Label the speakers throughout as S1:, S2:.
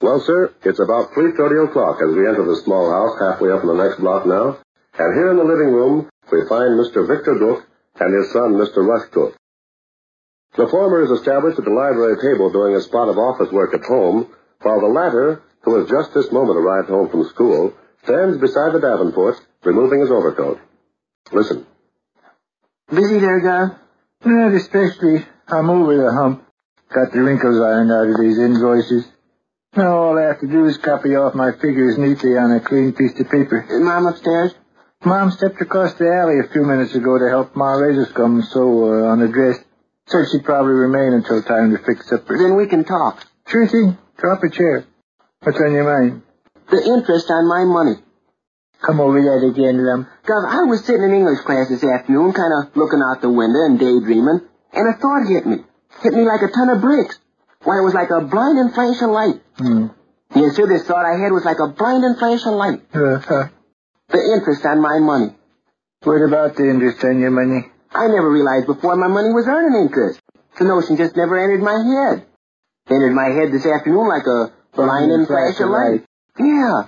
S1: Well, sir, it's about 3.30 o'clock as we enter the small house halfway up in the next block now. And here in the living room, we find Mr. Victor Duke and his son, Mr. Rush Duke. The former is established at the library table doing a spot of office work at home, while the latter, who has just this moment arrived home from school, stands beside the Davenport, removing his overcoat. Listen.
S2: Busy there, guy?
S3: Not especially. I'm over the hump. Got the wrinkles ironed out of these invoices. Now all I have to do is copy off my figures neatly on a clean piece of paper.
S2: Is Mom upstairs?
S3: Mom stepped across the alley a few minutes ago to help Ma razor scum so uh, on the dress. Said she'd probably remain until time to fix supper.
S2: Then we can talk.
S3: Sure thing. Drop a chair. What's on your mind?
S2: The interest on my money.
S3: Come over that again, Lum.
S2: Gov, I was sitting in English class this afternoon, kind of looking out the window and daydreaming, and a thought hit me. Hit me like a ton of bricks. Why, it was like a blinding flash of light.
S3: Hmm.
S2: Yes, sir, this thought I had was like a blinding flash of light.
S3: Uh, huh.
S2: The interest on my money.
S3: What about the interest on your money?
S2: I never realized before my money was earning interest. The notion just never entered my head. Entered my head this afternoon like a blinding flash of light. Yeah.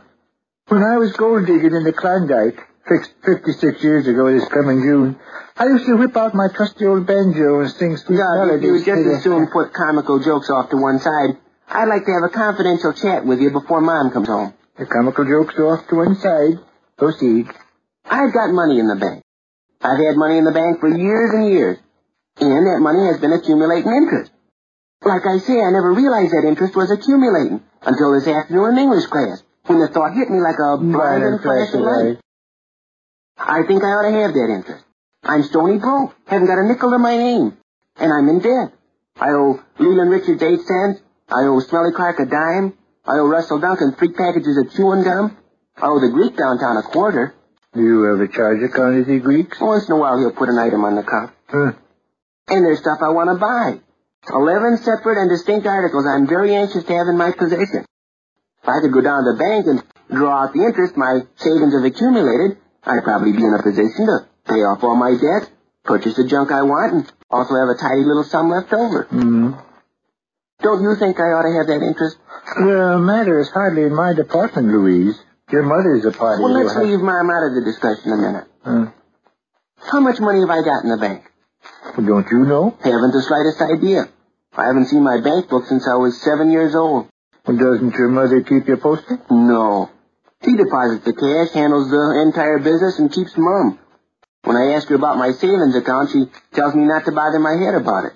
S3: When I was gold digging in the Klondike, fixed 56 years ago this coming June, I used to whip out my trusty old banjo and sing sweet
S2: God, if
S3: melodies.
S2: you would just
S3: to the-
S2: as soon put comical jokes off to one side, I'd like to have a confidential chat with you before Mom comes home.
S3: The comical jokes off to one side. Proceed.
S2: I've got money in the bank. I've had money in the bank for years and years. And that money has been accumulating interest. Like I say, I never realized that interest was accumulating until this afternoon in English class, when the thought hit me like a blinding flash of light. I think I ought to have that interest. I'm stony broke, haven't got a nickel to my name, and I'm in debt. I owe Leland Richards eight cents. I owe Smelly Clark a dime. I owe Russell Duncan three packages of chewing gum. I owe the Greek downtown a quarter.
S3: Do you ever charge a quantity, Greeks?
S2: Once in a while he'll put an item on the cup.
S3: Huh.
S2: And there's stuff I want to buy. Eleven separate and distinct articles I'm very anxious to have in my possession. If I could go down to the bank and draw out the interest my savings have accumulated, I'd probably be in a position to pay off all my debt, purchase the junk I want, and also have a tidy little sum left over.
S3: Hmm.
S2: Don't you think I ought to have that interest?
S3: The matter is hardly in my department, Louise. Your mother's a party. Mm.
S2: Well,
S3: who
S2: let's
S3: has-
S2: leave Mom out of the discussion a minute.
S3: Huh.
S2: How much money have I got in the bank?
S3: Well, don't you know?
S2: Haven't the slightest idea. I haven't seen my bank book since I was seven years old.
S3: Well, doesn't your mother keep you posted?
S2: No. She deposits the cash, handles the entire business, and keeps mum. When I ask her about my savings account, she tells me not to bother my head about it.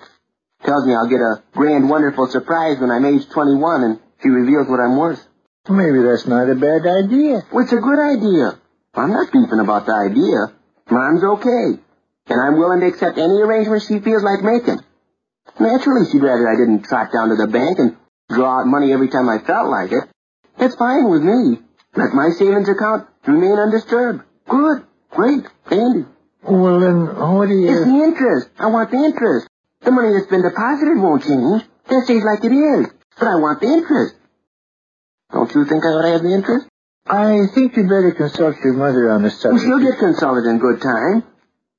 S2: Tells me I'll get a grand, wonderful surprise when I'm age 21 and she reveals what I'm worth.
S3: Maybe that's not a bad idea.
S2: Well, it's a good idea. I'm not beefing about the idea. Mom's okay. And I'm willing to accept any arrangement she feels like making. Naturally, she'd rather I didn't trot down to the bank and draw out money every time I felt like it. That's fine with me. Let my savings account remain undisturbed. Good. Great. Dandy.
S3: Well, then, what do
S2: It's
S3: you...
S2: the interest. I want the interest. The money that's been deposited won't change. That stays like it is. But I want the interest. Don't you think I ought to have the interest?
S3: I think you'd better consult your mother on the
S2: Well,
S3: subject.
S2: she'll get consulted in good time.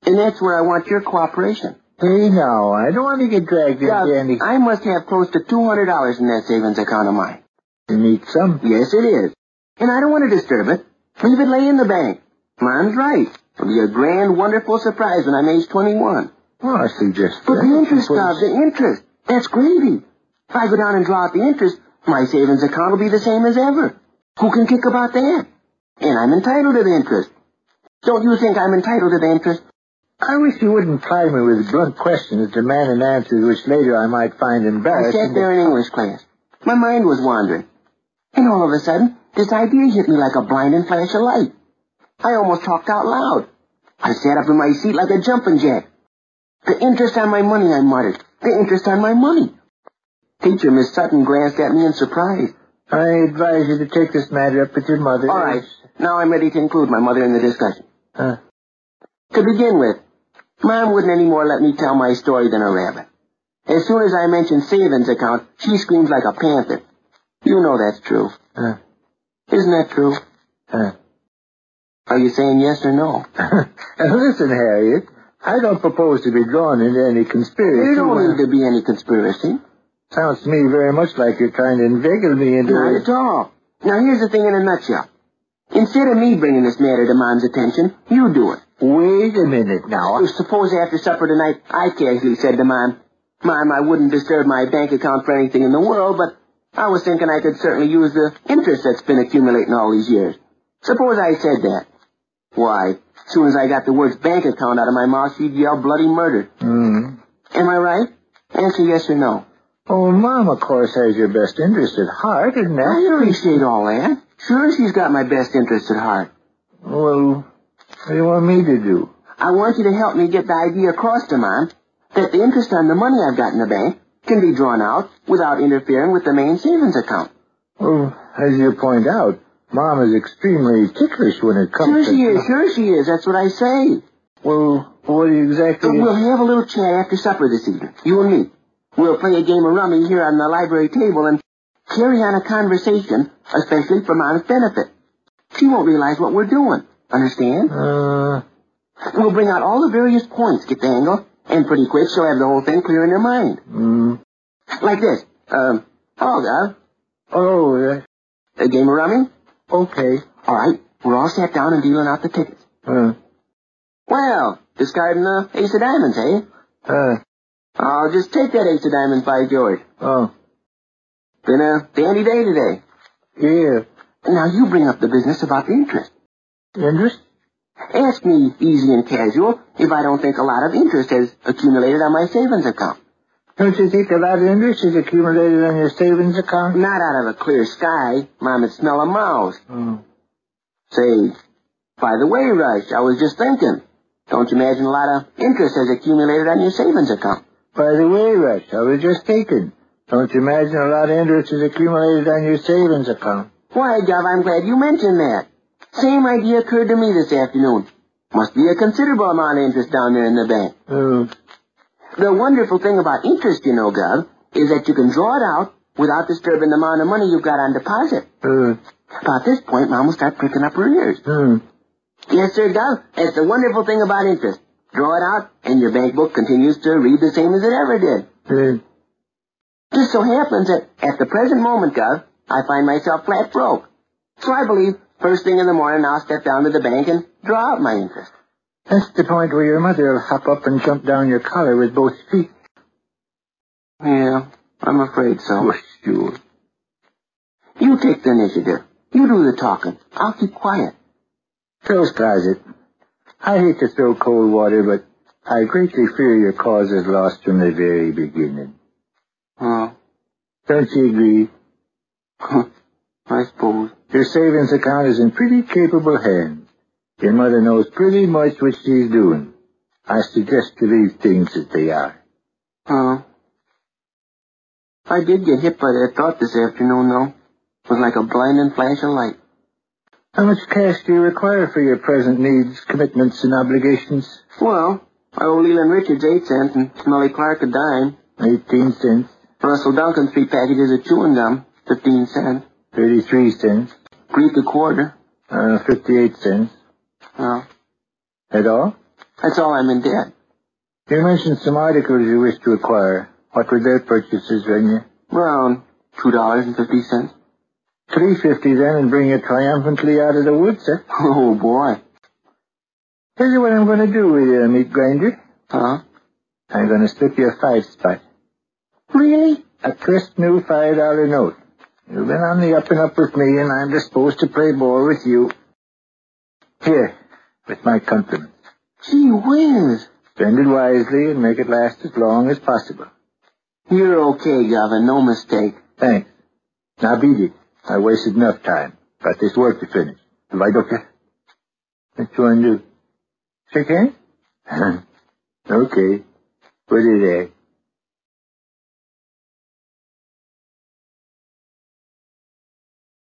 S2: And that's where I want your cooperation.
S3: Hey, now, I don't want to get dragged
S2: Doug,
S3: into any...
S2: I must have close to $200 in that savings account of mine.
S3: You need some.
S2: Yes, it is. And I don't want to disturb it. Leave it lay in the bank. Mom's right. It'll be a grand, wonderful surprise when I'm age 21.
S3: Well, I suggest
S2: But
S3: that.
S2: the interest,
S3: Well,
S2: Doug, the interest. That's gravy. If I go down and draw out the interest, my savings account will be the same as ever. Who can kick about that? And I'm entitled to the interest. Don't you think I'm entitled to the interest?
S3: I wish you wouldn't ply me with blunt questions demanding answers which later I might find
S2: I
S3: embarrassing.
S2: sat there in English class. My mind was wandering. And all of a sudden, this idea hit me like a blinding flash of light. I almost talked out loud. I sat up in my seat like a jumping jack. The interest on my money, I muttered. The interest on my money. Teacher Miss Sutton glanced at me in surprise.
S3: I advise you to take this matter up with your mother.
S2: All right, now I'm ready to include my mother in the discussion.
S3: Uh,
S2: To begin with, Mom wouldn't any more let me tell my story than a rabbit. As soon as I mention savings account, she screams like a panther. You know that's true.
S3: uh,
S2: Isn't that true?
S3: uh.
S2: Are you saying yes or no?
S3: and listen, Harriet, I don't propose to be drawn into any conspiracy.
S2: There don't need to be any conspiracy.
S3: Sounds to me very much like you're trying to inveigle me into
S2: Not
S3: it.
S2: at all. Now here's the thing in a nutshell. Instead of me bringing this matter to Mom's attention, you do it.
S3: Wait a minute now.
S2: Suppose after supper tonight, I casually said to Mom, Mom, I wouldn't disturb my bank account for anything in the world, but I was thinking I could certainly use the interest that's been accumulating all these years. Suppose I said that. Why, as soon as I got the words bank account out of my mouth, she'd yell bloody murder.
S3: Hmm.
S2: Am I right? Answer yes or no.
S3: Oh, Mom, of course, has your best interest at heart, and
S2: I
S3: that...
S2: appreciate all that. Sure, she's got my best interest at heart.
S3: Well, what do you want me to do?
S2: I want you to help me get the idea across to Mom that the interest on the money I've got in the bank can be drawn out without interfering with the main savings account.
S3: Well, as you point out, Mom is extremely ticklish when it
S2: Sure
S3: comes to...
S2: she is, sure she is. That's what I say.
S3: Well, what
S2: So
S3: exactly...
S2: Oh, we'll have a little chat after supper this evening, you and me. We'll play a game of rummy here on the library table and carry on a conversation, especially for Mom's benefit. She won't realize what we're doing. Understand?
S3: Uh,
S2: We'll bring out all the various points, get the angle, and pretty quick she'll have the whole thing clear in her mind.
S3: mm.
S2: Like this. Um, hello, Gov.
S3: Oh, uh,
S2: A game of rummy?
S3: okay.
S2: All right. We're all sat down and dealing out the tickets.
S3: Uh,
S2: Well, discarding the ace of diamonds, eh?
S3: uh,
S2: I'll just take that ace of diamonds by George.
S3: oh,
S2: Been a dandy day today.
S3: yeah.
S2: Now you bring up the business about the interest.
S3: Interest?
S2: Ask me, easy and casual, if I don't think a lot of interest has accumulated on my savings account.
S3: Don't you think a lot of interest is accumulated on your savings account?
S2: Not out of a clear sky. Mom would smell a mouse.
S3: Oh.
S2: Say, by the way, Rush, I was just thinking. Don't you imagine a lot of interest has accumulated on your savings account?
S3: By the way, Rush, I was just thinking. Don't you imagine a lot of interest is accumulated on your savings account?
S2: Why, Gov, I'm glad you mentioned that. Same idea occurred to me this afternoon. Must be a considerable amount of interest down there in the bank.
S3: Oh,
S2: The wonderful thing about interest, you know, Gov, is that you can draw it out without disturbing the amount of money you've got on deposit.
S3: uh,
S2: About this point, Mom will start pricking up her ears.
S3: hmm.
S2: Yes, sir, Gov, that's the wonderful thing about interest. Draw it out, and your bank book continues to read the same as it ever did.
S3: Uh,
S2: Just so happens that at the present moment, Gov, I find myself flat broke. So I believe first thing in the morning I'll step down to the bank and draw out my interest.
S3: that's the point where your mother will hop up and jump down your collar with both feet.
S2: Yeah, I'm afraid so.
S3: sure.
S2: You take the initiative. You do the talking. I'll keep quiet.
S3: Phil's closet. I hate to throw cold water, but I greatly fear your cause is lost from the very beginning.
S2: Oh,
S3: Don't you agree?
S2: I suppose.
S3: Your savings account is in pretty capable hands. Your mother knows pretty much what she's doing. I suggest you leave things as they are.
S2: Oh. I did get hit by that thought this afternoon, though. It was like a blinding flash of light.
S3: How much cash do you require for your present needs, commitments, and obligations?
S2: Well, I owe Leland Richards eight cents and Molly Clark a dime.
S3: Eighteen cents,
S2: Russell Duncan three packages of chewing gum, fifteen cents.
S3: thirty-three cents,
S2: Greek a quarter.
S3: uh, fifty-eight cents.
S2: Well,
S3: At all?
S2: that's all I'm in debt.
S3: You mentioned some articles you wish to acquire. What were their purchases, Venya?
S2: Around two dollars and fifty cents.
S3: Three fifty then, and bring you triumphantly out of the woods, sir.
S2: Oh boy.
S3: Tell you what I'm going to do with you, meat grinder.
S2: Huh?
S3: I'm going to slip you a five spot.
S2: Really?
S3: A crisp new five dollar note. You've been on the up and up with me, and I'm disposed to play ball with you. Here, with my compliments.
S2: Gee whiz.
S3: Spend it wisely and make it last as long as possible.
S2: You're okay, Gavin. No mistake.
S3: Thanks. Now beat it. I wasted enough time. Got this work to finish. Have I got you? What you want to do? Shake hands? okay. Put it there.